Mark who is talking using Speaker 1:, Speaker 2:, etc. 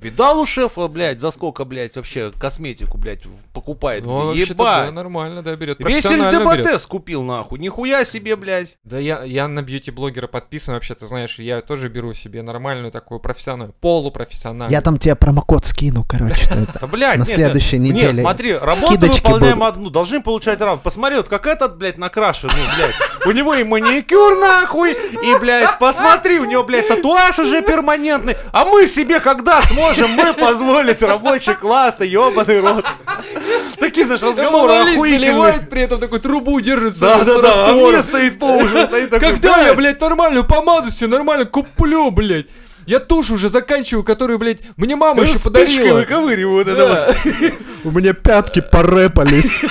Speaker 1: Видал у шефа, э, блядь, за сколько, блядь, вообще косметику, блядь, в- покупает?
Speaker 2: Ну,
Speaker 1: где?
Speaker 2: вообще-то, да,
Speaker 1: Ебать!
Speaker 2: нормально, да, берет.
Speaker 1: Весь
Speaker 2: Профессионально берет.
Speaker 1: ЛДБТ скупил, нахуй. Нихуя себе, блядь.
Speaker 2: Да я, я на бьюти-блогера подписан, вообще, ты знаешь, я тоже беру себе нормальную такую профессиональную, полупрофессиональную.
Speaker 3: Я там тебе промокод скину, короче. ты это.
Speaker 1: А. Да, блядь,
Speaker 3: На
Speaker 1: нет,
Speaker 3: следующей
Speaker 1: нет,
Speaker 3: неделе
Speaker 1: смотри, работу
Speaker 3: скидочки
Speaker 1: выполняем
Speaker 3: будут.
Speaker 1: одну, должны получать равно. Посмотри, вот как этот, блядь, накрашен, ну, блядь. У него и маникюр, нахуй, и, блядь, посмотри, у него, блядь, татуаж уже перманентный. А мы себе когда сможем мы позволить рабочий класс, ты ебаный рот. Такие, знаешь, разговоры
Speaker 2: Монолит
Speaker 1: охуительные.
Speaker 2: заливает, при этом такой трубу держит
Speaker 1: Да, да,
Speaker 2: с-
Speaker 1: да,
Speaker 2: с
Speaker 1: а
Speaker 2: раствором.
Speaker 1: мне стоит по уши, стоит такой,
Speaker 2: Когда я, блядь, нормальную помаду себе нормально куплю, блядь? Я тушь уже заканчиваю, которую, блядь, мне мама еще
Speaker 1: спичкой
Speaker 2: подарила.
Speaker 1: выковыривают это вот.
Speaker 2: Да.
Speaker 3: У меня пятки порепались.